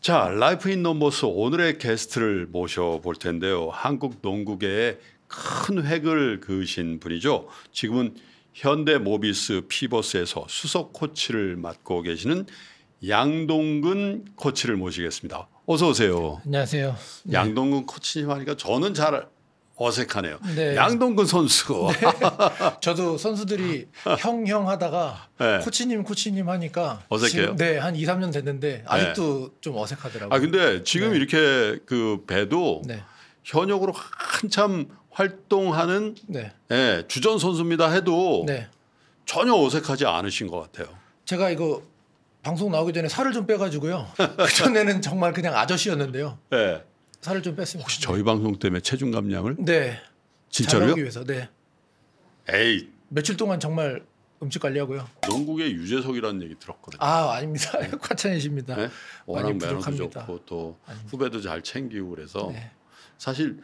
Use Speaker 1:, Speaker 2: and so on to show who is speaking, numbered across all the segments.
Speaker 1: 자, 라이프 인 넘버스 오늘의 게스트를 모셔볼 텐데요. 한국 농구계에 큰 획을 그으신 분이죠. 지금은 현대 모비스 피버스에서 수석 코치를 맡고 계시는 양동근 코치를 모시겠습니다. 어서 오세요.
Speaker 2: 안녕하세요.
Speaker 1: 양동근 코치님 하니까 저는 잘 어색하네요.
Speaker 2: 네.
Speaker 1: 양동근 선수.
Speaker 2: 아, 저도 선수들이 형형 하다가
Speaker 1: 아. 네.
Speaker 2: 코치님 코치님 하니까
Speaker 1: 어색해요?
Speaker 2: 지금, 네, 한 2, 3년 됐는데 아직도 좀 어색하더라고요.
Speaker 1: 아 근데 지금
Speaker 2: 네.
Speaker 1: 이렇게 그 배도
Speaker 2: 네.
Speaker 1: 현역으로 한참 활동하는
Speaker 2: 네.
Speaker 1: 예, 주전 선수입니다 해도
Speaker 2: 네.
Speaker 1: 전혀 어색하지 않으신 것 같아요.
Speaker 2: 제가 이거 방송 나오기 전에 살을 좀 빼 가지고요. 그전에는 정말 그냥 아저씨였는데요.
Speaker 1: 예.
Speaker 2: 살을 좀 뺐습니다.
Speaker 1: 혹시 저희 방송 때문에 체중 감량을
Speaker 2: 네. 잘
Speaker 1: 진짜로요?
Speaker 2: 나오기 위해서. 네.
Speaker 1: 에이
Speaker 2: 며칠 동안 정말 음식 관리하고요.
Speaker 1: 농구계 유재석이라는 얘기 들었거든요.
Speaker 2: 아, 아닙니다.
Speaker 1: 네.
Speaker 2: 과찬이십니다.
Speaker 1: 예? 워낙 매너도
Speaker 2: 아, 부족합니다.
Speaker 1: 좋고 또 후배도 잘 챙기고 그래서
Speaker 2: 네.
Speaker 1: 사실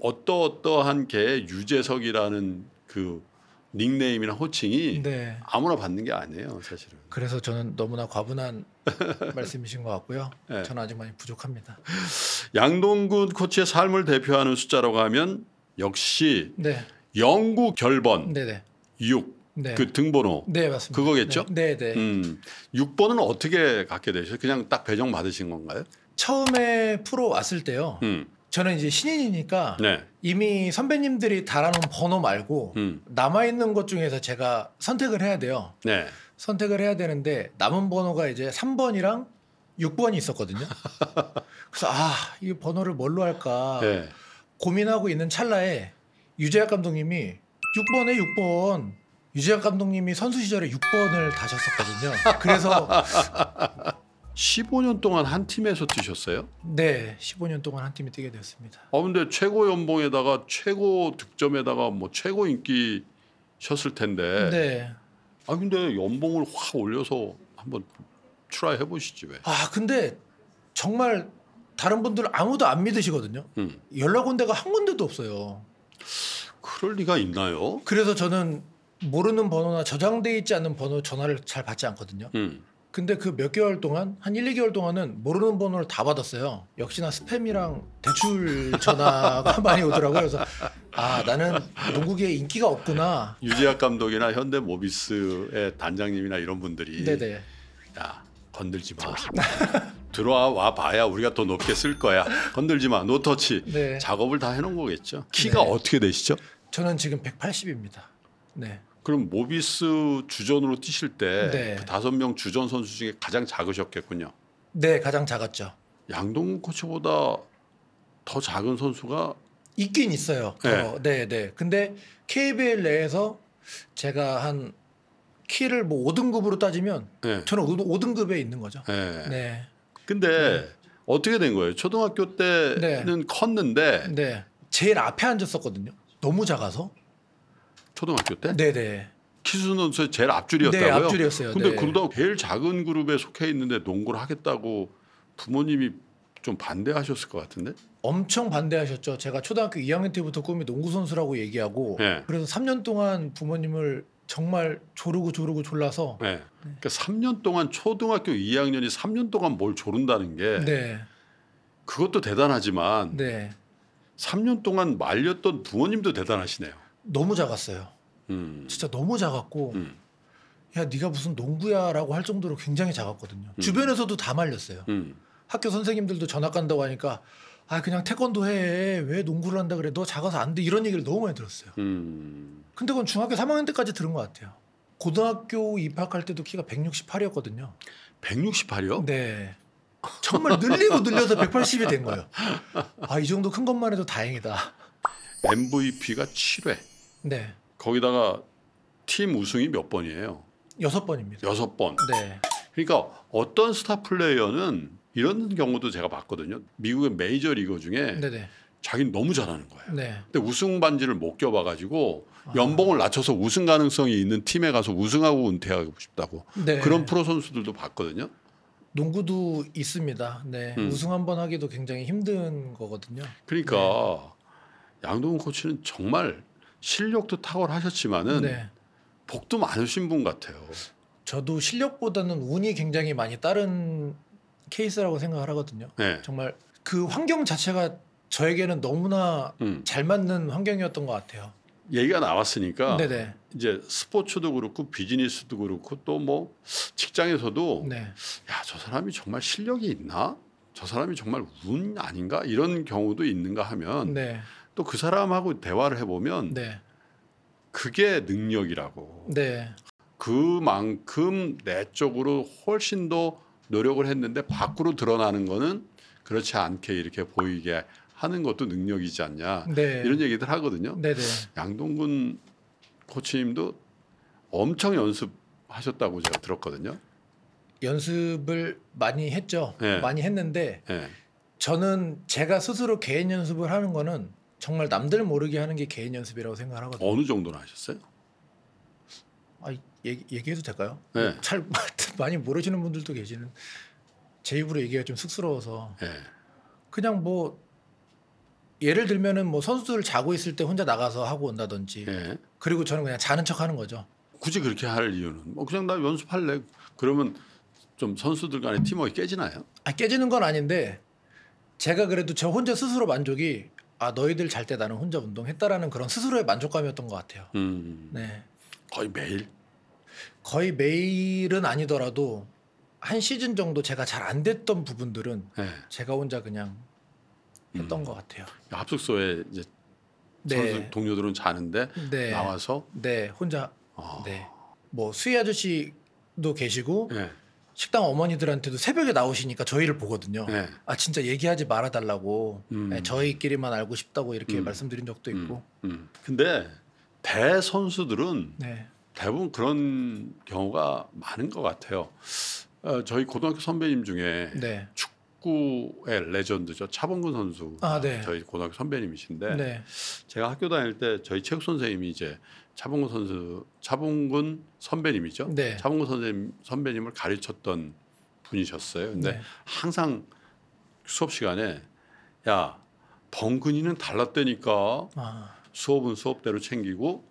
Speaker 1: 어떠어떠한 게 유재석이라는 그 닉네임이나 호칭이
Speaker 2: 네.
Speaker 1: 아무나 받는 게 아니에요 사실은.
Speaker 2: 그래서 저는 너무나 과분한 말씀이신 것 같고요.
Speaker 1: 네.
Speaker 2: 저는 아직 많이 부족합니다.
Speaker 1: 양동근 코치의 삶을 대표하는 숫자라고 하면 역시
Speaker 2: 네,
Speaker 1: 영구 결번
Speaker 2: 네, 네,
Speaker 1: 6,
Speaker 2: 네,
Speaker 1: 그 등번호.
Speaker 2: 네 맞습니다.
Speaker 1: 그거겠죠?
Speaker 2: 네, 네. 네.
Speaker 1: 음. 6번은 어떻게 갖게 되셨어요? 그냥 딱 배정 받으신 건가요?
Speaker 2: 처음에 프로 왔을 때요.
Speaker 1: 음.
Speaker 2: 저는 이제 신인이니까
Speaker 1: 네.
Speaker 2: 이미 선배님들이 달아놓은 번호 말고
Speaker 1: 음.
Speaker 2: 남아 있는 것 중에서 제가 선택을 해야 돼요.
Speaker 1: 네.
Speaker 2: 선택을 해야 되는데 남은 번호가 이제 3번이랑 6번이 있었거든요. 그래서 아, 이 번호를 뭘로 할까?
Speaker 1: 네.
Speaker 2: 고민하고 있는 찰나에 유재학 감독님이 6번에 6번 유재학 감독님이 선수 시절에 6번을 다셨었거든요. 그래서
Speaker 1: 15년 동안 한 팀에서 뛰셨어요?
Speaker 2: 네 15년 동안 한 팀이 뛰게 되었습니다.
Speaker 1: 아 근데 최고 연봉에다가 최고 득점에다가 뭐 최고 인기셨을 텐데.
Speaker 2: 네.
Speaker 1: 아 근데 연봉을 확 올려서 한번 트라이 해 보시지 왜?
Speaker 2: 아 근데 정말 다른 분들 아무도 안 믿으시거든요.
Speaker 1: 음.
Speaker 2: 연락 온 데가 한 군데도 없어요.
Speaker 1: 그럴 리가 있나요?
Speaker 2: 그래서 저는 모르는 번호나 저장돼 있지 않은 번호 전화를 잘 받지 않거든요.
Speaker 1: 음.
Speaker 2: 근데 그 몇 개월 동안 한 1, 2개월 동안은 모르는 번호를 다 받았어요. 역시나 스팸이랑 대출 전화가 많이 오더라고요. 그래서 아 나는 농구계에 인기가 없구나.
Speaker 1: 유지학 감독이나 현대 모비스의 단장님이나 이런 분들이
Speaker 2: 네네.
Speaker 1: 야 건들지 마 들어와 봐야 우리가 더 높게 쓸 거야 건들지 마 노터치
Speaker 2: 네.
Speaker 1: 작업을 다 해놓은 거겠죠 키가
Speaker 2: 네.
Speaker 1: 어떻게 되시죠?
Speaker 2: 저는 지금 180입니다. 네.
Speaker 1: 그럼 모비스 주전으로 뛰실
Speaker 2: 네.
Speaker 1: 때그 다섯 명 주전 선수 중에 가장 작으셨겠군요
Speaker 2: 네 가장 작았죠.
Speaker 1: 양동근 코치보다 더 작은 선수가
Speaker 2: 있긴 있어요. 더. 네. 네 근데 KBL 내에서 제가 한 키를 뭐 5등급으로 따지면
Speaker 1: 예.
Speaker 2: 저는 5등급에 있는 거죠.
Speaker 1: 예.
Speaker 2: 네.
Speaker 1: 근데 어떻게 된 거예요? 초등학교 때는 컸는데
Speaker 2: 네. 제일 앞에 앉았었거든요. 너무 작아서.
Speaker 1: 초등학교 때
Speaker 2: 네네.
Speaker 1: 키수는 선 제일 앞줄이었다고요?
Speaker 2: 네, 앞줄이었어요.
Speaker 1: 근데
Speaker 2: 네.
Speaker 1: 그러다 제일 작은 그룹에 속해 있는데 농구를 하겠다고 부모님이 좀 반대하셨을 것 같은데?
Speaker 2: 엄청 반대하셨죠. 제가 초등학교 2학년 때부터 꿈이 농구 선수라고 얘기하고
Speaker 1: 네.
Speaker 2: 그래서 3년 동안 부모님을 정말 조르고 조르고 졸라서
Speaker 1: 네. 그러니까 3년 동안 초등학교 2학년이 3년 동안 뭘 조른다는 게
Speaker 2: 네.
Speaker 1: 그것도 대단하지만
Speaker 2: 네.
Speaker 1: 3년 동안 말렸던 부모님도 대단하시네요.
Speaker 2: 너무 작았어요.
Speaker 1: 음.
Speaker 2: 진짜 너무 작았고
Speaker 1: 음.
Speaker 2: 야 네가 무슨 농구야라고 할 정도로 굉장히 작았거든요. 주변에서도 다 말렸어요.
Speaker 1: 음.
Speaker 2: 학교 선생님들도 전학 간다고 하니까 아 그냥 태권도 해 왜 농구를 한다 그래 너 작아서 안 돼 이런 얘기를 너무 많이 들었어요.
Speaker 1: 음.
Speaker 2: 근데 그건 중학교 3학년 때까지 들은 것 같아요. 고등학교 입학할 때도 키가 168이었거든요.
Speaker 1: 168이요?
Speaker 2: 네. 정말 늘리고 늘려서 180이 된 거예요. 아, 이 정도 큰 것만 해도 다행이다.
Speaker 1: MVP가 7회.
Speaker 2: 네.
Speaker 1: 거기다가 팀 우승이 몇 번이에요?
Speaker 2: 여섯 번입니다.
Speaker 1: 여섯 번.
Speaker 2: 네.
Speaker 1: 그러니까 어떤 스타 플레이어는 이런 경우도 제가 봤거든요. 미국의 메이저 리거 중에
Speaker 2: 네네.
Speaker 1: 자기는 너무 잘하는 거예요.
Speaker 2: 네.
Speaker 1: 근데 우승 반지를 못 껴봐가지고
Speaker 2: 아.
Speaker 1: 연봉을 낮춰서 우승 가능성이 있는 팀에 가서 우승하고 은퇴하고 싶다고
Speaker 2: 네.
Speaker 1: 그런 프로 선수들도 봤거든요.
Speaker 2: 농구도 있습니다. 네.
Speaker 1: 음.
Speaker 2: 우승 한 번 하기도 굉장히 힘든 거거든요.
Speaker 1: 그러니까
Speaker 2: 네.
Speaker 1: 양동훈 코치는 정말 실력도 탁월하셨지만은
Speaker 2: 네.
Speaker 1: 복도 많으신 분 같아요.
Speaker 2: 저도 실력보다는 운이 굉장히 많이 따른 케이스라고 생각을 하거든요.
Speaker 1: 네.
Speaker 2: 정말 그 환경 자체가 저에게는 너무나
Speaker 1: 음.
Speaker 2: 잘 맞는 환경이었던 것 같아요.
Speaker 1: 얘기가 나왔으니까
Speaker 2: 네네.
Speaker 1: 이제 스포츠도 그렇고 비즈니스도 그렇고 또 뭐 직장에서도
Speaker 2: 네.
Speaker 1: 야 저 사람이 정말 실력이 있나? 저 사람이 정말 운 아닌가? 이런 경우도 있는가 하면
Speaker 2: 네.
Speaker 1: 또 그 사람하고 대화를 해보면
Speaker 2: 네.
Speaker 1: 그게 능력이라고
Speaker 2: 네.
Speaker 1: 그만큼 내 쪽으로 훨씬 더 노력을 했는데 밖으로 드러나는 거는 그렇지 않게 이렇게 보이게 하는 것도 능력이지 않냐
Speaker 2: 네.
Speaker 1: 이런 얘기들 하거든요.
Speaker 2: 네네.
Speaker 1: 양동근 코치님도 엄청 연습하셨다고 제가 들었거든요.
Speaker 2: 연습을 많이 했죠.
Speaker 1: 네.
Speaker 2: 많이 했는데
Speaker 1: 예.
Speaker 2: 저는 제가 스스로 개인 연습을 하는 거는 정말 남들 모르게 하는 게 개인 연습이라고 생각을 하거든요.
Speaker 1: 어느 정도나 하셨어요?
Speaker 2: 아, 얘기, 얘기해도 될까요?
Speaker 1: 네.
Speaker 2: 잘 많이 모르시는 분들도 계시는 제 입으로 얘기가 좀 쑥스러워서
Speaker 1: 예.
Speaker 2: 그냥 뭐 예를 들면은 뭐 선수들 자고 있을 때 혼자 나가서 하고 온다든지
Speaker 1: 예.
Speaker 2: 그리고 저는 그냥 자는 척 하는 거죠.
Speaker 1: 굳이 그렇게 할 이유는 뭐 그냥 나 연습할래. 그러면 좀 선수들 간의 팀워크 깨지나요?
Speaker 2: 아, 깨지는 건 아닌데 제가 그래도 저 혼자 스스로 만족이 아 너희들 잘 때 나는 혼자 운동했다라는 그런 스스로의 만족감이었던 것 같아요.
Speaker 1: 음.
Speaker 2: 네,
Speaker 1: 거의 매일.
Speaker 2: 거의 매일은 아니더라도 한 시즌 정도 제가 잘 안 됐던 부분들은
Speaker 1: 예.
Speaker 2: 제가 혼자 그냥 했던
Speaker 1: 음.
Speaker 2: 것 같아요.
Speaker 1: 합숙소에 이제 선수 동료들은 자는데
Speaker 2: 네,
Speaker 1: 나와서
Speaker 2: 네, 혼자
Speaker 1: 어.
Speaker 2: 네, 뭐 수희 아저씨도 계시고
Speaker 1: 예.
Speaker 2: 식당 어머니들한테도 새벽에 나오시니까 저희를 보거든요.
Speaker 1: 예.
Speaker 2: 아 진짜 얘기하지 말아달라고
Speaker 1: 음.
Speaker 2: 네, 저희끼리만 알고 싶다고 이렇게
Speaker 1: 음.
Speaker 2: 말씀드린 적도
Speaker 1: 음,
Speaker 2: 있고
Speaker 1: 음. 근데 대 선수들은
Speaker 2: 네.
Speaker 1: 대부분 그런 경우가 많은 것 같아요. 어, 저희 고등학교 선배님 중에
Speaker 2: 네.
Speaker 1: 축구의 레전드죠 차범근 선수
Speaker 2: 아, 네.
Speaker 1: 저희 고등학교 선배님이신데
Speaker 2: 네.
Speaker 1: 제가 학교 다닐 때 저희 체육 선생님이 이제 차범근 선수 차범근 선배님이죠
Speaker 2: 네.
Speaker 1: 차범근 선생님 선배님을 가르쳤던 분이셨어요. 근데
Speaker 2: 네.
Speaker 1: 항상 수업 시간에 야 범근이는 달랐다니까
Speaker 2: 아.
Speaker 1: 수업은 수업대로 챙기고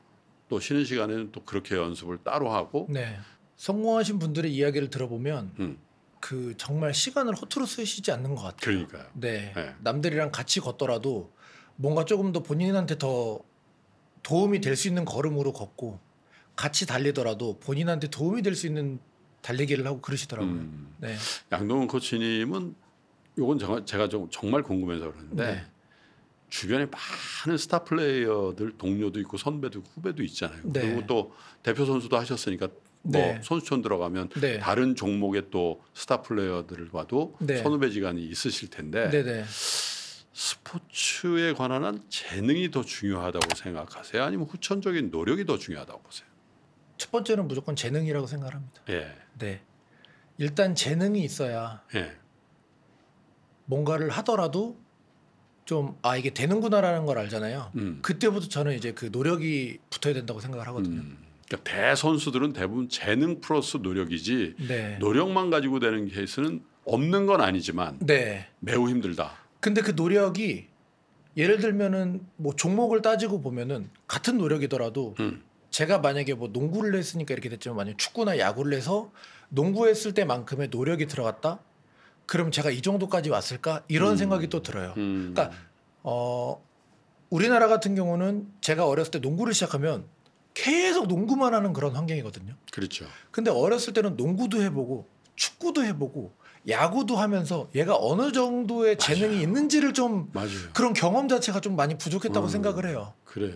Speaker 1: 또 쉬는 시간에는 또 그렇게 연습을 따로 하고
Speaker 2: 네. 성공하신 분들의 이야기를 들어보면
Speaker 1: 음,
Speaker 2: 그 정말 시간을 허투루 쓰시지 않는 것 같아요.
Speaker 1: 그러니까요.
Speaker 2: 네.
Speaker 1: 네.
Speaker 2: 남들이랑 같이 걷더라도 뭔가 조금 더 본인한테 더 도움이 될 수 있는 걸음으로 걷고 같이 달리더라도 본인한테 도움이 될 수 있는 달리기를 하고 그러시더라고요.
Speaker 1: 음,
Speaker 2: 네.
Speaker 1: 양동훈 코치님은 요건 제가, 제가 좀 정말 궁금해서 그러는데
Speaker 2: 네.
Speaker 1: 주변에 많은 스타 플레이어들 동료도 있고 선배도 있고 후배도 있잖아요.
Speaker 2: 네.
Speaker 1: 그리고 또 대표 선수도 하셨으니까 뭐
Speaker 2: 네.
Speaker 1: 선수촌 들어가면
Speaker 2: 네.
Speaker 1: 다른 종목의 또 스타 플레이어들과도
Speaker 2: 네.
Speaker 1: 선후배지간이 있으실 텐데
Speaker 2: 네, 네.
Speaker 1: 스포츠에 관한 한 재능이 더 중요하다고 생각하세요? 아니면 후천적인 노력이 더 중요하다고 보세요?
Speaker 2: 첫 번째는 무조건 재능이라고 생각합니다.
Speaker 1: 예,
Speaker 2: 네. 일단 재능이 있어야
Speaker 1: 예,
Speaker 2: 뭔가를 하더라도 좀 아 이게 되는구나라는 걸 알잖아요.
Speaker 1: 음,
Speaker 2: 그때부터 저는 이제 그 노력이 붙어야 된다고 생각을 하거든요.
Speaker 1: 음. 그러니까 대 선수들은 대부분 재능 플러스 노력이지
Speaker 2: 네.
Speaker 1: 노력만 가지고 되는 케이스는 없는 건 아니지만
Speaker 2: 네.
Speaker 1: 매우 힘들다.
Speaker 2: 근데 그 노력이 예를 들면은 뭐 종목을 따지고 보면은 같은 노력이더라도
Speaker 1: 음,
Speaker 2: 제가 만약에 뭐 농구를 했으니까 이렇게 됐지만 만약 축구나 야구를 해서 농구했을 때만큼의 노력이 들어갔다? 그럼 제가 이 정도까지 왔을까? 이런
Speaker 1: 음.
Speaker 2: 생각이 또 들어요.
Speaker 1: 음,
Speaker 2: 그러니까 어 우리나라 같은 경우는 제가 어렸을 때 농구를 시작하면 계속 농구만 하는 그런 환경이거든요.
Speaker 1: 그렇죠.
Speaker 2: 근데 어렸을 때는 농구도 해보고 축구도 해보고 야구도 하면서 얘가 어느 정도의 재능이 있는지를 좀
Speaker 1: 맞아요.
Speaker 2: 그런 경험 자체가 좀 많이 부족했다고
Speaker 1: 음.
Speaker 2: 생각을 해요.
Speaker 1: 그래요.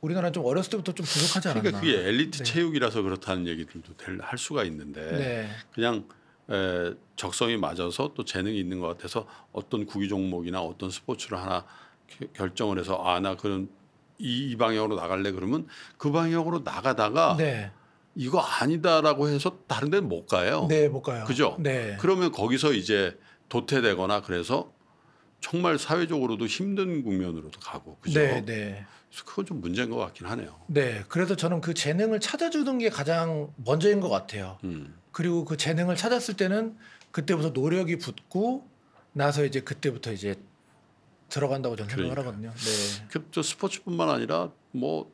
Speaker 2: 우리나라는 좀 어렸을 때부터 좀 부족하지 않았나.
Speaker 1: 그러니까 그게 엘리트
Speaker 2: 네.
Speaker 1: 체육이라서 그렇다는 얘기들도 될- 할 수가 있는데
Speaker 2: 네.
Speaker 1: 그냥 에, 적성이 맞아서 또 재능이 있는 것 같아서 어떤 구기 종목이나 어떤 스포츠를 하나 겨- 결정을 해서 아 나 그런 이, 이 방향으로 나갈래 그러면 그 방향으로 나가다가
Speaker 2: 네.
Speaker 1: 이거 아니다라고 해서 다른 데는 못 가요.
Speaker 2: 네, 못 가요.
Speaker 1: 어. 그죠?
Speaker 2: 네.
Speaker 1: 그러면 거기서 이제 도태되거나 그래서 정말 사회적으로도 힘든 국면으로도 가고 그죠?
Speaker 2: 네, 네.
Speaker 1: 그래서 그건 좀 문제인 것 같긴 하네요.
Speaker 2: 네. 그래서 저는 그 재능을 찾아주는 게 가장 먼저인 것 같아요.
Speaker 1: 음.
Speaker 2: 그리고 그 재능을 찾았을 때는 그때부터 노력이 붙고 나서 이제 그때부터 이제 들어간다고 저는 생각을 하거든요. 네.
Speaker 1: 그 저 스포츠뿐만 아니라 뭐 어.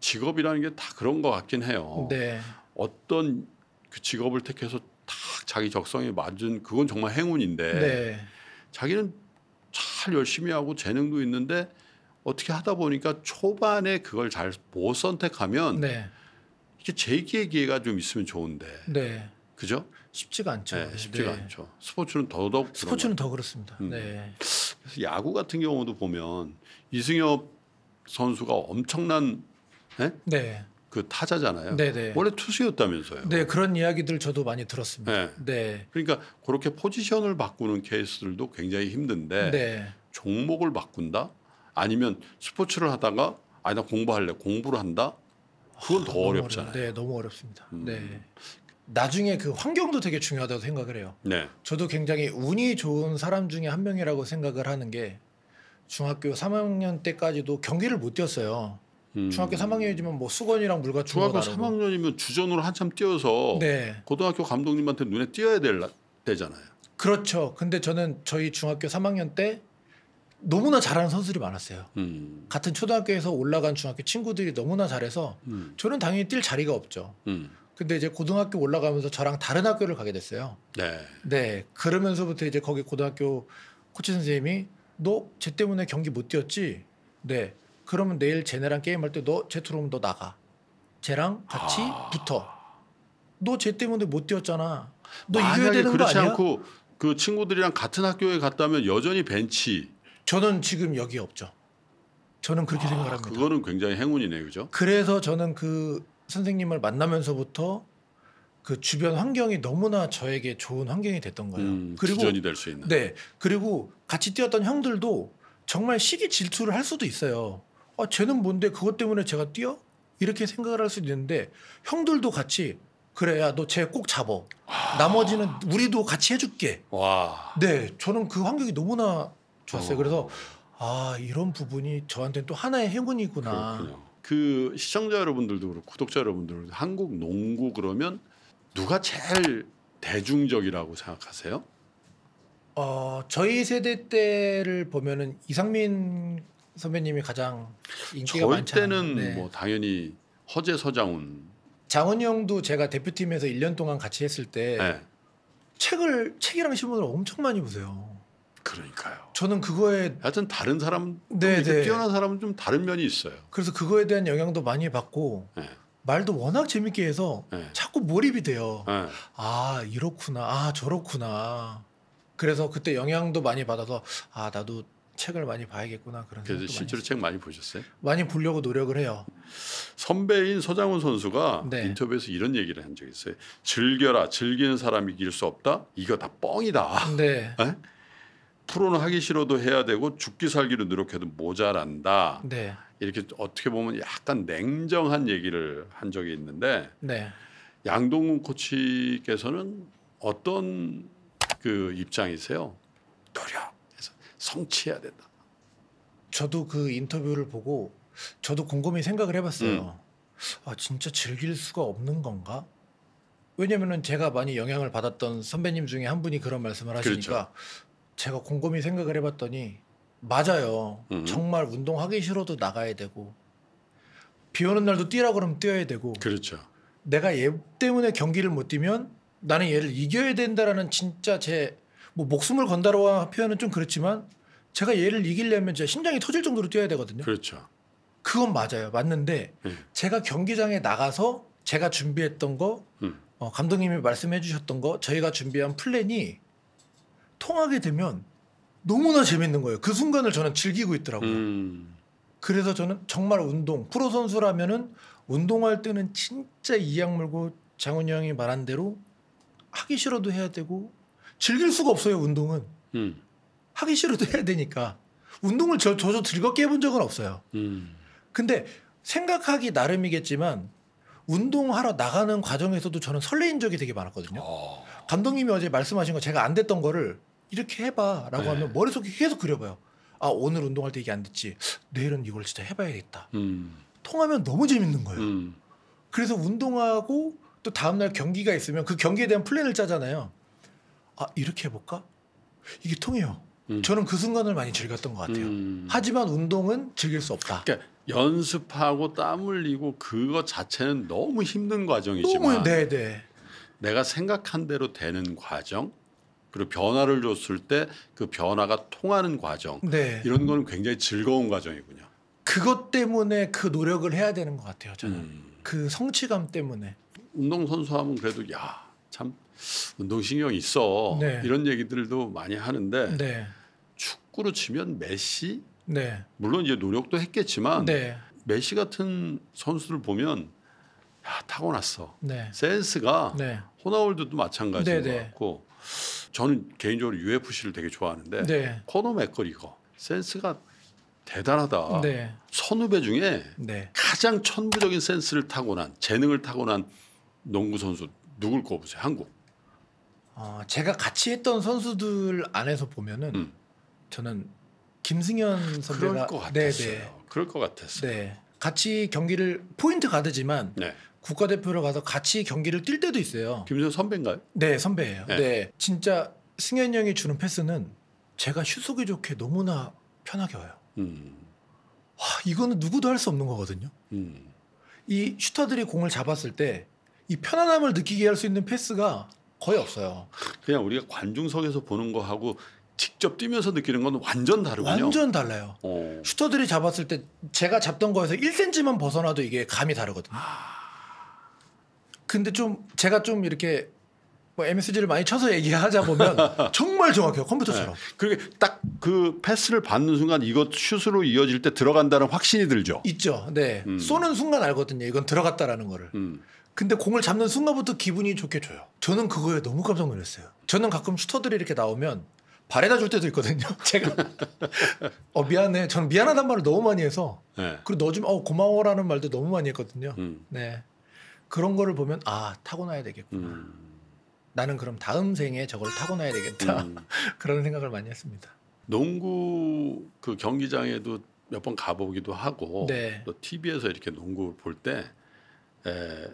Speaker 1: 직업이라는 게 다 그런 것 같긴 해요.
Speaker 2: 네.
Speaker 1: 어떤 그 직업을 택해서 딱 자기 적성에 맞은 그건 정말 행운인데
Speaker 2: 네.
Speaker 1: 자기는 잘 열심히 하고 재능도 있는데 어떻게 하다 보니까 초반에 그걸 잘 못 선택하면
Speaker 2: 네.
Speaker 1: 이게 재기의 기회가 좀 있으면 좋은데
Speaker 2: 네.
Speaker 1: 그죠?
Speaker 2: 쉽지가 않죠.
Speaker 1: 네, 쉽지가
Speaker 2: 네.
Speaker 1: 않죠. 스포츠는 더더욱
Speaker 2: 스포츠는 더 그렇습니다.
Speaker 1: 음.
Speaker 2: 네.
Speaker 1: 그래서 야구 같은 경우도 보면 이승엽 선수가 엄청난
Speaker 2: 네.
Speaker 1: 그 타자잖아요.
Speaker 2: 네, 네.
Speaker 1: 원래 투수였다면서요.
Speaker 2: 네, 그런 이야기들 저도 많이 들었습니다.
Speaker 1: 네.
Speaker 2: 네.
Speaker 1: 그러니까 그렇게 포지션을 바꾸는 케이스들도 굉장히 힘든데
Speaker 2: 네.
Speaker 1: 종목을 바꾼다 아니면 스포츠를 하다가 아니 나 공부할래 공부를 한다 그건 더
Speaker 2: 너무
Speaker 1: 어렵잖아요.
Speaker 2: 어려워요. 네, 너무 어렵습니다.
Speaker 1: 음.
Speaker 2: 네. 나중에 그 환경도 되게 중요하다고 생각을 해요.
Speaker 1: 네.
Speaker 2: 저도 굉장히 운이 좋은 사람 중에 한 명이라고 생각을 하는 게 중학교 3학년 때까지도 경기를 못 뛰었어요.
Speaker 1: 음.
Speaker 2: 중학교 3학년이지만 뭐 수건이랑 물과
Speaker 1: 중학교 3학년이면 주전으로 한참 뛰어서
Speaker 2: 네.
Speaker 1: 고등학교 감독님한테 눈에 띄어야 될 나- 때잖아요.
Speaker 2: 그렇죠. 근데 저는 저희 중학교 3학년 때 너무나 잘하는 선수들이 많았어요.
Speaker 1: 음.
Speaker 2: 같은 초등학교에서 올라간 중학교 친구들이 너무나 잘해서
Speaker 1: 음.
Speaker 2: 저는 당연히 뛸 자리가 없죠.
Speaker 1: 음.
Speaker 2: 근데 이제 고등학교 올라가면서 저랑 다른 학교를 가게 됐어요.
Speaker 1: 네.
Speaker 2: 네. 그러면서부터 이제 거기 고등학교 코치 선생님이 너 쟤 때문에 경기 못 뛰었지? 네. 그러면 내일 쟤네랑 게임할 때 너 쟤 들어오면 너 나가. 쟤랑 같이
Speaker 1: 아.
Speaker 2: 붙어. 너 쟤 때문에 못 뛰었잖아. 너 이겨야
Speaker 1: 만약에
Speaker 2: 되는 거
Speaker 1: 그렇지
Speaker 2: 아니야?
Speaker 1: 않고 그 친구들이랑 같은 학교에 갔다면 여전히 벤치.
Speaker 2: 저는 지금 여기 없죠. 저는 그렇게
Speaker 1: 아,
Speaker 2: 생각을 합니다.
Speaker 1: 그거는 굉장히 행운이네요, 그죠?
Speaker 2: 그래서 저는 그 선생님을 만나면서부터 그 주변 환경이 너무나 저에게 좋은 환경이 됐던 거예요.
Speaker 1: 음,
Speaker 2: 그리고
Speaker 1: 주전이 될 수 있는.
Speaker 2: 네. 그리고 같이 뛰었던 형들도 정말 시기 질투를 할 수도 있어요. 아, 쟤는 뭔데 그것 때문에 제가 뛰어? 이렇게 생각을 할 수도 있는데 형들도 같이 그래 야 너 쟤 꼭 잡어. 나머지는 우리도 같이 해줄게.
Speaker 1: 와.
Speaker 2: 네. 저는 그 환경이 너무나 좋았어요.
Speaker 1: 어,
Speaker 2: 그래서 아 이런 부분이 저한테는 또 하나의 행운이구나.
Speaker 1: 그렇군요. 그 시청자 여러분들도 그렇고 구독자 여러분들도 그렇고 한국 농구 그러면 누가 제일 대중적이라고 생각하세요?
Speaker 2: 어 저희 세대 때를 보면은 이상민 선배님이 가장 인기가
Speaker 1: 저희
Speaker 2: 많잖아요.
Speaker 1: 때는
Speaker 2: 네.
Speaker 1: 뭐 당연히 허재 서장훈.
Speaker 2: 장훈이 형도 제가 대표팀에서 1년 동안 같이 했을 때
Speaker 1: 네.
Speaker 2: 책을 책이랑 신문을 엄청 많이 보세요.
Speaker 1: 그러니까요.
Speaker 2: 저는 그거에
Speaker 1: 하여튼 다른 사람
Speaker 2: 네,
Speaker 1: 이렇게
Speaker 2: 네.
Speaker 1: 뛰어난 사람은 좀 다른 면이 있어요.
Speaker 2: 그래서 그거에 대한 영향도 많이 받고
Speaker 1: 네.
Speaker 2: 말도 워낙 재밌게 해서
Speaker 1: 네.
Speaker 2: 자꾸 몰입이 돼요.
Speaker 1: 네.
Speaker 2: 아 이렇구나, 아 저렇구나. 그래서 그때 영향도 많이 받아서 아 나도 책을 많이 봐야겠구나 그런
Speaker 1: 그래서
Speaker 2: 생각도
Speaker 1: 실제로
Speaker 2: 많이,
Speaker 1: 책 많이 보셨어요?
Speaker 2: 했- 많이 보려고 노력을 해요.
Speaker 1: 선배인 서장훈 선수가
Speaker 2: 네.
Speaker 1: 인터뷰에서 이런 얘기를 한 적이 있어요. 즐겨라. 즐기는 사람이 이길 수 없다. 이거 다 뻥이다.
Speaker 2: 네,
Speaker 1: 프로는 하기 싫어도 해야 되고 죽기 살기로 노력해도 모자란다.
Speaker 2: 네,
Speaker 1: 이렇게 어떻게 보면 약간 냉정한 얘기를 한 적이 있는데
Speaker 2: 네.
Speaker 1: 양동근 코치께서는 어떤 그 입장이세요? 노력해서 성취해야 된다.
Speaker 2: 저도 그 인터뷰를 보고 저도 곰곰이 생각을 해봤어요. 아 진짜 즐길 수가 없는 건가? 왜냐면은 제가 많이 영향을 받았던 선배님 중에 한 분이 그런 말씀을 하시니까 제가 곰곰이 생각을 해봤더니 맞아요.
Speaker 1: 음.
Speaker 2: 정말 운동하기 싫어도 나가야 되고 비 오는 날도 뛰라고 그러면 뛰어야 되고
Speaker 1: 그렇죠.
Speaker 2: 내가 얘 때문에 경기를 못 뛰면 나는 얘를 이겨야 된다라는 진짜 제 뭐 목숨을 건다라고 표현은 좀 그렇지만 제가 얘를 이기려면 제 심장이 터질 정도로 뛰어야 되거든요.
Speaker 1: 그렇죠.
Speaker 2: 그건 맞아요. 맞는데
Speaker 1: 예.
Speaker 2: 제가 경기장에 나가서 제가 준비했던 거
Speaker 1: 음.
Speaker 2: 어, 감독님이 말씀해 주셨던 거 저희가 준비한 플랜이 통하게 되면 너무나 재밌는 거예요. 그 순간을 저는 즐기고 있더라고요.
Speaker 1: 음,
Speaker 2: 그래서 저는 정말 운동 프로 선수라면은 운동할 때는 진짜 이악 물고 장훈이 형이 말한 대로 하기 싫어도 해야 되고 즐길 수가 없어요 운동은
Speaker 1: 음,
Speaker 2: 하기 싫어도 해야 되니까 운동을 저 저도 즐겁게 해본 적은 없어요
Speaker 1: 음.
Speaker 2: 근데 생각하기 나름이겠지만 운동하러 나가는 과정에서도 저는 설레인 적이 되게 많았거든요
Speaker 1: 어,
Speaker 2: 감독님이 어제 말씀하신 거 제가 안 됐던 거를 이렇게 해봐라고
Speaker 1: 네.
Speaker 2: 하면 머릿속에 계속 그려봐요 아 오늘 운동할 때 이게 안 됐지 내일은 이걸 진짜 해봐야겠다
Speaker 1: 음,
Speaker 2: 통하면 너무 재밌는 거예요.
Speaker 1: 음.
Speaker 2: 그래서 운동하고 또 다음날 경기가 있으면 그 경기에 대한 플랜을 짜잖아요. 아 이렇게 해볼까? 이게 통해요.
Speaker 1: 음.
Speaker 2: 저는 그 순간을 많이 즐겼던 것 같아요.
Speaker 1: 음.
Speaker 2: 하지만 운동은 즐길 수 없다.
Speaker 1: 그러니까 연습하고 땀 흘리고 그거 자체는 너무 힘든 과정이지만
Speaker 2: 너무 네네
Speaker 1: 그 내가 생각한 대로 되는 과정 그리고 변화를 줬을 때 그 변화가 통하는 과정
Speaker 2: 네.
Speaker 1: 이런 거는 굉장히 즐거운 과정이군요.
Speaker 2: 그것 때문에 그 노력을 해야 되는 것 같아요. 저는
Speaker 1: 음.
Speaker 2: 그 성취감 때문에.
Speaker 1: 운동 선수 하면 그래도 야 참 운동 신경 있어
Speaker 2: 네.
Speaker 1: 이런 얘기들도 많이 하는데
Speaker 2: 네.
Speaker 1: 축구로 치면 메시
Speaker 2: 네.
Speaker 1: 물론 이제 노력도 했겠지만
Speaker 2: 네.
Speaker 1: 메시 같은 선수들 보면 야 타고났어
Speaker 2: 네.
Speaker 1: 센스가
Speaker 2: 네.
Speaker 1: 호나우드도 마찬가지인
Speaker 2: 네네.
Speaker 1: 것 같고 저는 개인적으로 UFC를 되게 좋아하는데
Speaker 2: 네.
Speaker 1: 코너 맥거리거 센스가 대단하다
Speaker 2: 네.
Speaker 1: 선후배 중에
Speaker 2: 네.
Speaker 1: 가장 천부적인 센스를 타고난 재능을 타고난 농구 선수 누굴 꼽으세요? 한국.
Speaker 2: 어, 제가 같이 했던 선수들 안에서 보면은
Speaker 1: 음.
Speaker 2: 저는 김승현 선배가
Speaker 1: 그럴 것
Speaker 2: 네,
Speaker 1: 같았어요.
Speaker 2: 네.
Speaker 1: 그럴 것 같았어요.
Speaker 2: 네. 같이 경기를 포인트 가드지만
Speaker 1: 네.
Speaker 2: 국가대표로 가서 같이 경기를 뛸 때도 있어요.
Speaker 1: 김선 선배인가요?
Speaker 2: 네, 선배예요.
Speaker 1: 네.
Speaker 2: 네. 진짜 승현 형이 주는 패스는 제가 슛 속이 좋게 너무나 편하게 와요.
Speaker 1: 음.
Speaker 2: 와, 이거는 누구도 할 수 없는 거거든요.
Speaker 1: 음.
Speaker 2: 이 슈터들이 공을 잡았을 때 이 편안함을 느끼게 할 수 있는 패스가 거의 없어요.
Speaker 1: 그냥 우리가 관중석에서 보는 거하고 직접 뛰면서 느끼는 건 완전 다르군요.
Speaker 2: 완전 달라요.
Speaker 1: 어.
Speaker 2: 슈터들이 잡았을 때 제가 잡던 거에서 1cm만 벗어나도 이게 감이 다르거든요. 근데 좀 제가 좀 이렇게 뭐 MSG를 많이 쳐서 얘기하자 보면 정말 정확해요 컴퓨터처럼.
Speaker 1: 그렇게 딱 그 패스를 받는 순간 이것 슛으로 이어질 때 들어간다는 확신이 들죠.
Speaker 2: 있죠. 네.
Speaker 1: 음.
Speaker 2: 쏘는 순간 알거든요. 이건 들어갔다라는 거를.
Speaker 1: 음.
Speaker 2: 근데 공을 잡는 순간부터 기분이 좋게 줘요. 저는 그거에 너무 깜짝 놀랐어요. 저는 가끔 슈터들이 이렇게 나오면 발에다 줄 때도 있거든요. 제가 어 미안해. 저는 미안하단 말을 너무 많이 해서
Speaker 1: 네.
Speaker 2: 그리고 너 좀 어 고마워라는 말도 너무 많이 했거든요.
Speaker 1: 음.
Speaker 2: 네. 그런 거를 보면 아 타고나야 되겠구나.
Speaker 1: 음.
Speaker 2: 나는 그럼 다음 생에 저걸 타고나야 되겠다.
Speaker 1: 음.
Speaker 2: 그런 생각을 많이 했습니다.
Speaker 1: 농구 그 경기장에도 몇 번 가보기도 하고
Speaker 2: 네.
Speaker 1: 또 TV에서 이렇게 농구 볼 때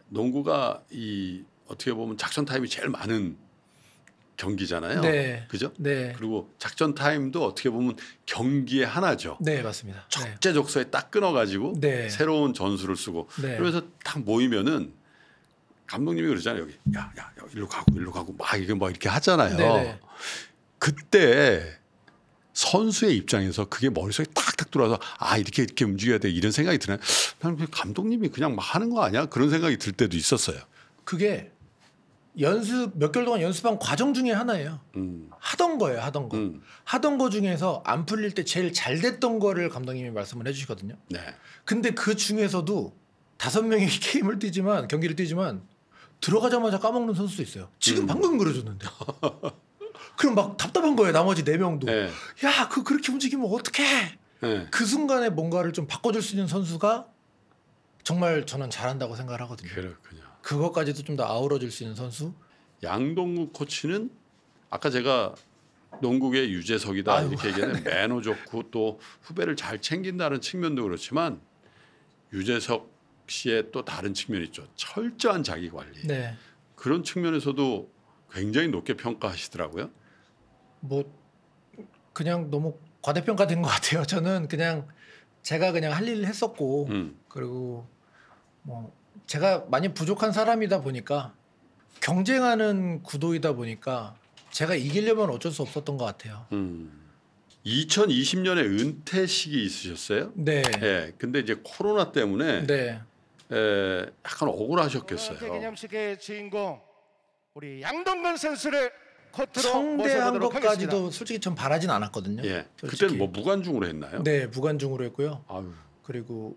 Speaker 1: 농구가 이 어떻게 보면 작전 타임이 제일 많은 경기잖아요.
Speaker 2: 네.
Speaker 1: 그죠?
Speaker 2: 네.
Speaker 1: 그리고 작전 타임도 어떻게 보면 경기의 하나죠.
Speaker 2: 네, 맞습니다. 네.
Speaker 1: 적재적소에 딱 끊어가지고
Speaker 2: 네.
Speaker 1: 새로운 전술을 쓰고
Speaker 2: 네.
Speaker 1: 그러면서 딱 모이면은 감독님이 그러잖아요. 여기 야야 야, 야, 일로 가고 일로 가고 막 이게 막 이렇게 하잖아요.
Speaker 2: 네, 네.
Speaker 1: 그때 선수의 입장에서 그게 머릿속에 딱딱 들어와서 아 이렇게 이렇게 움직여야 돼 이런 생각이 드나요? 나는 그 감독님이 그냥 막 하는 거 아니야? 그런 생각이 들 때도 있었어요.
Speaker 2: 그게 연습 몇 개월 동안 연습한 과정 중에 하나예요.
Speaker 1: 음.
Speaker 2: 하던 거예요, 하던 거.
Speaker 1: 음.
Speaker 2: 하던 거 중에서 안 풀릴 때 제일 잘 됐던 거를 감독님이 말씀을 해주시거든요.
Speaker 1: 네.
Speaker 2: 근데 그 중에서도 다섯 명이 게임을 뛰지만 경기를 뛰지만 들어가자마자 까먹는 선수도 있어요. 지금
Speaker 1: 음.
Speaker 2: 방금 그려줬는데. 그럼 막 답답한 거예요. 나머지 네 명도.
Speaker 1: 네.
Speaker 2: 야, 그 그렇게 움직이면 어떡해?
Speaker 1: 네.
Speaker 2: 그 순간에 뭔가를 좀 바꿔줄 수 있는 선수가 정말 저는 잘한다고 생각을 하거든요.
Speaker 1: 그렇군요.
Speaker 2: 그것까지도 좀 더 아우러질 수 있는 선수.
Speaker 1: 양동국 코치는 아까 제가 농구의 유재석이다
Speaker 2: 아유,
Speaker 1: 이렇게 얘기하는 매너 좋고 또 후배를 잘 챙긴다는 측면도 그렇지만 유재석 씨의 또 다른 측면이 있죠. 철저한 자기 관리.
Speaker 2: 네.
Speaker 1: 그런 측면에서도 굉장히 높게 평가하시더라고요.
Speaker 2: 뭐 그냥 너무 과대평가된 것 같아요. 저는 그냥 제가 그냥 할 일을 했었고
Speaker 1: 음.
Speaker 2: 그리고 뭐 제가 많이 부족한 사람이다 보니까 경쟁하는 구도이다 보니까 제가 이기려면 어쩔 수 없었던 것 같아요.
Speaker 1: 음. 2020년에 은퇴식이 있으셨어요?
Speaker 2: 네.
Speaker 1: 예. 근데 이제 코로나 때문에
Speaker 2: 네. 아,
Speaker 1: 예, 약간 억울하셨겠어요.
Speaker 3: 오늘 기념식의 주인공 우리 양동근 선수를 코트로
Speaker 2: 성대한
Speaker 3: 모셔보도록 하겠습니다.
Speaker 2: 것까지도 솔직히 전 바라진 않았거든요.
Speaker 1: 예.
Speaker 2: 솔직히.
Speaker 1: 그때는 뭐 무관중으로 했나요?
Speaker 2: 네, 무관중으로 했고요.
Speaker 1: 아유.
Speaker 2: 그리고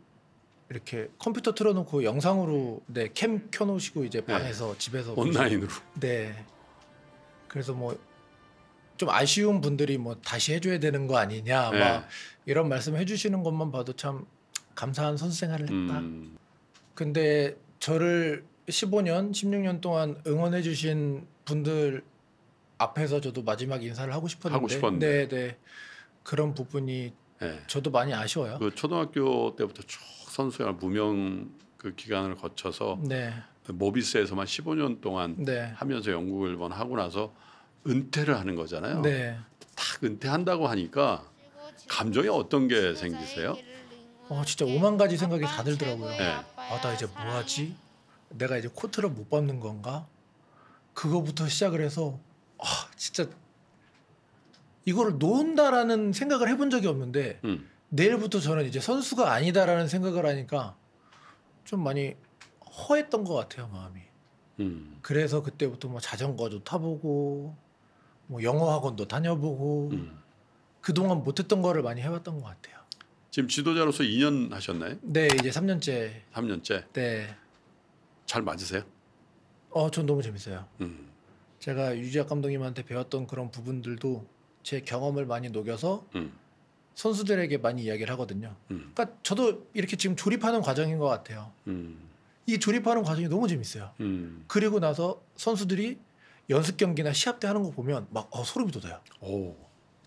Speaker 2: 이렇게 컴퓨터 틀어놓고 영상으로 네, 캠 켜놓으시고 이제
Speaker 1: 네.
Speaker 2: 방에서 집에서
Speaker 1: 온라인으로.
Speaker 2: 네. 그래서 뭐 좀 아쉬운 분들이 뭐 다시 해줘야 되는 거 아니냐
Speaker 1: 예.
Speaker 2: 막 이런 말씀 해주시는 것만 봐도 참 감사한 선수 생활을 했다.
Speaker 1: 음.
Speaker 2: 근데 저를 15년, 16년 동안 응원해주신 분들 앞에서 저도 마지막 인사를 하고 싶었는데,
Speaker 1: 하고 싶었는데.
Speaker 2: 네, 네. 그런 부분이
Speaker 1: 예.
Speaker 2: 저도 많이 아쉬워요.
Speaker 1: 그 초등학교 때부터 쭉 선수야 무명 그 기간을 거쳐서
Speaker 2: 네,
Speaker 1: 모비스에서만 15년 동안
Speaker 2: 네,
Speaker 1: 하면서 영국을 번 하고 나서 은퇴를 하는 거잖아요.
Speaker 2: 네.
Speaker 1: 딱 은퇴한다고 하니까 감정이 어떤 게 생기세요?
Speaker 2: 어, 진짜 오만 가지 생각이 다 들더라고요.
Speaker 1: 네.
Speaker 2: 아, 나 이제 뭐 하지? 내가 이제 코트를 못 밟는 건가? 그거부터 시작을 해서 아 진짜 이거를 놓은다라는 생각을 해본 적이 없는데
Speaker 1: 음.
Speaker 2: 내일부터 저는 이제 선수가 아니다라는 생각을 하니까 좀 많이 허했던 것 같아요 마음이.
Speaker 1: 음.
Speaker 2: 그래서 그때부터 뭐 자전거도 타보고 뭐 영어 학원도 다녀보고
Speaker 1: 음.
Speaker 2: 그동안 못했던 거를 많이 해봤던 것 같아요.
Speaker 1: 지금 지도자로서 2년 하셨나요?
Speaker 2: 네 이제 3년째
Speaker 1: 3년째
Speaker 2: 네.
Speaker 1: 잘 맞으세요?
Speaker 2: 어전 너무 재밌어요.
Speaker 1: 음.
Speaker 2: 제가 유지학 감독님한테 배웠던 그런 부분들도 제 경험을 많이 녹여서
Speaker 1: 음.
Speaker 2: 선수들에게 많이 이야기를 하거든요.
Speaker 1: 음.
Speaker 2: 그러니까 저도 이렇게 지금 조립하는 과정인 것 같아요.
Speaker 1: 음.
Speaker 2: 이 조립하는 과정이 너무 재밌어요.
Speaker 1: 음.
Speaker 2: 그리고 나서 선수들이 연습 경기나 시합 때 하는 거 보면 막 어, 소름이 돋아요.
Speaker 1: 오.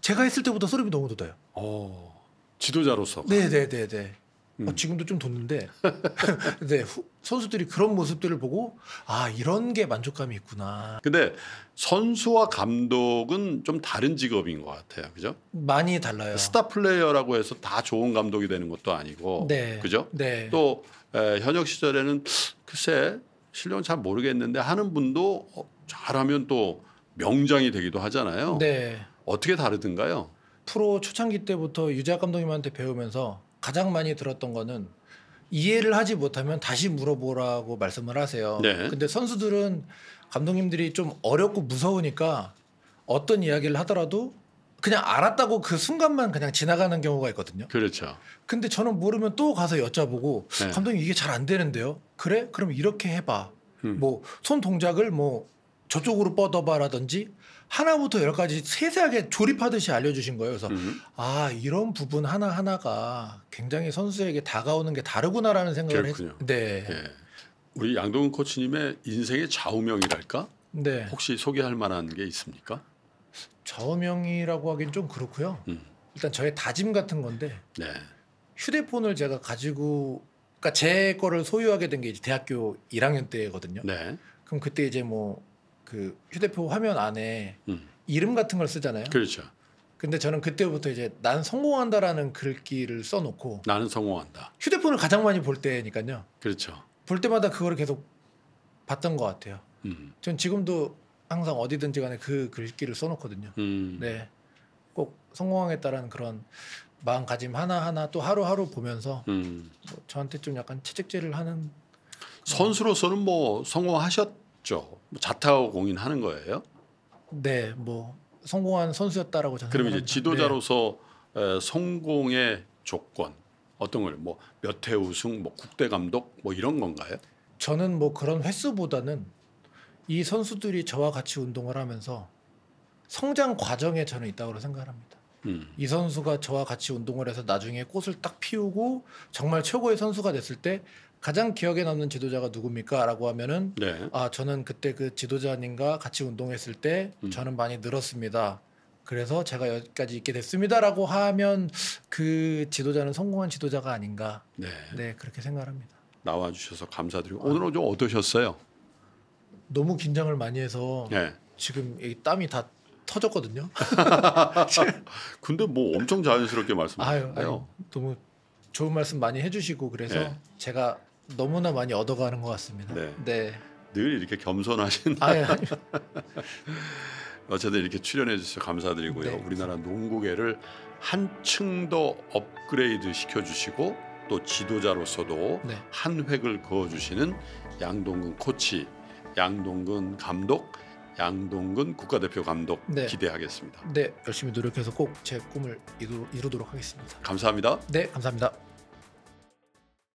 Speaker 2: 제가 했을 때보다 소름이 너무 돋아요.
Speaker 1: 어. 지도자로서
Speaker 2: 네네네네.
Speaker 1: 음.
Speaker 2: 어, 지금도 좀 돋는데 네, 후- 선수들이 그런 모습들을 보고 아 이런 게 만족감이 있구나
Speaker 1: 근데 선수와 감독은 좀 다른 직업인 것 같아요. 그죠?
Speaker 2: 많이 달라요.
Speaker 1: 스타 플레이어라고 해서 다 좋은 감독이 되는 것도 아니고.
Speaker 2: 네.
Speaker 1: 그죠?
Speaker 2: 네.
Speaker 1: 또 에, 현역 시절에는 글쎄 실력은 잘 모르겠는데 하는 분도 어, 잘하면 또 명장이 되기도 하잖아요.
Speaker 2: 네.
Speaker 1: 어떻게 다르든가요?
Speaker 2: 프로 초창기 때부터 유재학 감독님한테 배우면서 가장 많이 들었던 거는 이해를 하지 못하면 다시 물어보라고 말씀을 하세요.
Speaker 1: 네.
Speaker 2: 근데 선수들은 감독님들이 좀 어렵고 무서우니까 어떤 이야기를 하더라도 그냥 알았다고 그 순간만 그냥 지나가는 경우가 있거든요.
Speaker 1: 그렇죠.
Speaker 2: 근데 저는 모르면 또 가서 여쭤보고
Speaker 1: 네.
Speaker 2: 감독님 이게 잘 안 되는데요. 그래? 그럼 이렇게 해봐.
Speaker 1: 음.
Speaker 2: 뭐 손 동작을 뭐 저쪽으로 뻗어봐라든지 하나부터 열까지 세세하게 조립하듯이 알려주신 거예요. 그래서
Speaker 1: 음,
Speaker 2: 아 이런 부분 하나 하나가 굉장히 선수에게 다가오는 게 다르구나라는 생각을
Speaker 1: 그렇군요.
Speaker 2: 했. 네,
Speaker 1: 예. 우리 양동근 코치님의 인생의 좌우명이랄까?
Speaker 2: 네.
Speaker 1: 혹시 소개할 만한 게 있습니까?
Speaker 2: 저명이라고 하긴 좀 그렇고요.
Speaker 1: 음.
Speaker 2: 일단 저의 다짐 같은 건데
Speaker 1: 네.
Speaker 2: 휴대폰을 제가 가지고 그러니까 제 거를 소유하게 된 게 이제 대학교 1학년 때거든요.
Speaker 1: 네.
Speaker 2: 그럼 그때 이제 뭐 그 휴대폰 화면 안에
Speaker 1: 음,
Speaker 2: 이름 같은 걸 쓰잖아요.
Speaker 1: 그렇죠.
Speaker 2: 근데 저는 그때부터 이제 난 성공한다라는 글귀를 써놓고
Speaker 1: 나는 성공한다.
Speaker 2: 휴대폰을 가장 많이 볼 때니까요.
Speaker 1: 그렇죠.
Speaker 2: 볼 때마다 그거를 계속 봤던 것 같아요.
Speaker 1: 음.
Speaker 2: 전 지금도 항상 어디든지 간에 그 글귀를 써놓거든요.
Speaker 1: 음.
Speaker 2: 네. 꼭 성공하겠다라는 그런 마음가짐 하나하나 또 하루하루 보면서
Speaker 1: 음.
Speaker 2: 뭐 저한테 좀 약간 채찍질을 하는
Speaker 1: 선수로서는 뭐 성공하셨죠. 뭐 자타고 공인하는 거예요.
Speaker 2: 네, 뭐 성공한 선수였다라고 저는
Speaker 1: 그럼 이제
Speaker 2: 생각합니다.
Speaker 1: 지도자로서 에, 성공의 조건 어떤 걸 뭐 몇 회 우승, 뭐 국대 감독 뭐 이런 건가요?
Speaker 2: 네. 저는 뭐 그런 횟수보다는 이 선수들이 저와 같이 운동을 하면서 성장 과정에 저는 있다고 생각을 합니다.
Speaker 1: 음.
Speaker 2: 이 선수가 저와 같이 운동을 해서 나중에 꽃을 딱 피우고 정말 최고의 선수가 됐을 때 가장 기억에 남는 지도자가 누굽니까라고 하면은
Speaker 1: 네.
Speaker 2: 아 저는 그때 그 지도자님과 같이 운동했을 때
Speaker 1: 음.
Speaker 2: 저는 많이 늘었습니다. 그래서 제가 여기까지 있게 됐습니다라고 하면 그 지도자는 성공한 지도자가 아닌가
Speaker 1: 네.
Speaker 2: 네 그렇게 생각합니다.
Speaker 1: 나와 주셔서
Speaker 2: 아.
Speaker 1: 감사드리고 오늘은 좀 어떠셨어요?
Speaker 2: 너무 긴장을 많이 해서
Speaker 1: 네.
Speaker 2: 지금 이 땀이 다 터졌거든요.
Speaker 1: 근데 뭐 엄청 자연스럽게
Speaker 2: 아유, 아유
Speaker 1: 말씀하셨어요.
Speaker 2: 너무 좋은 말씀 많이 해주시고 그래서
Speaker 1: 네.
Speaker 2: 제가 너무나 많이 얻어가는 것 같습니다.
Speaker 1: 네.
Speaker 2: 네.
Speaker 1: 늘 이렇게 겸손하신
Speaker 2: 아유, 아유.
Speaker 1: 어쨌든 이렇게 출연해 주셔서 감사드리고요.
Speaker 2: 네.
Speaker 1: 우리나라 농구계를 한층 더 업그레이드 시켜 주시고 또 지도자로서도
Speaker 2: 네.
Speaker 1: 한 획을 그어 주시는 양동근 코치, 양동근 감독, 양동근 국가대표 감독
Speaker 2: 네.
Speaker 1: 기대하겠습니다.
Speaker 2: 네 열심히 노력해서 꼭 제 꿈을 이루, 이루도록 하겠습니다.
Speaker 1: 감사합니다.
Speaker 2: 네 감사합니다.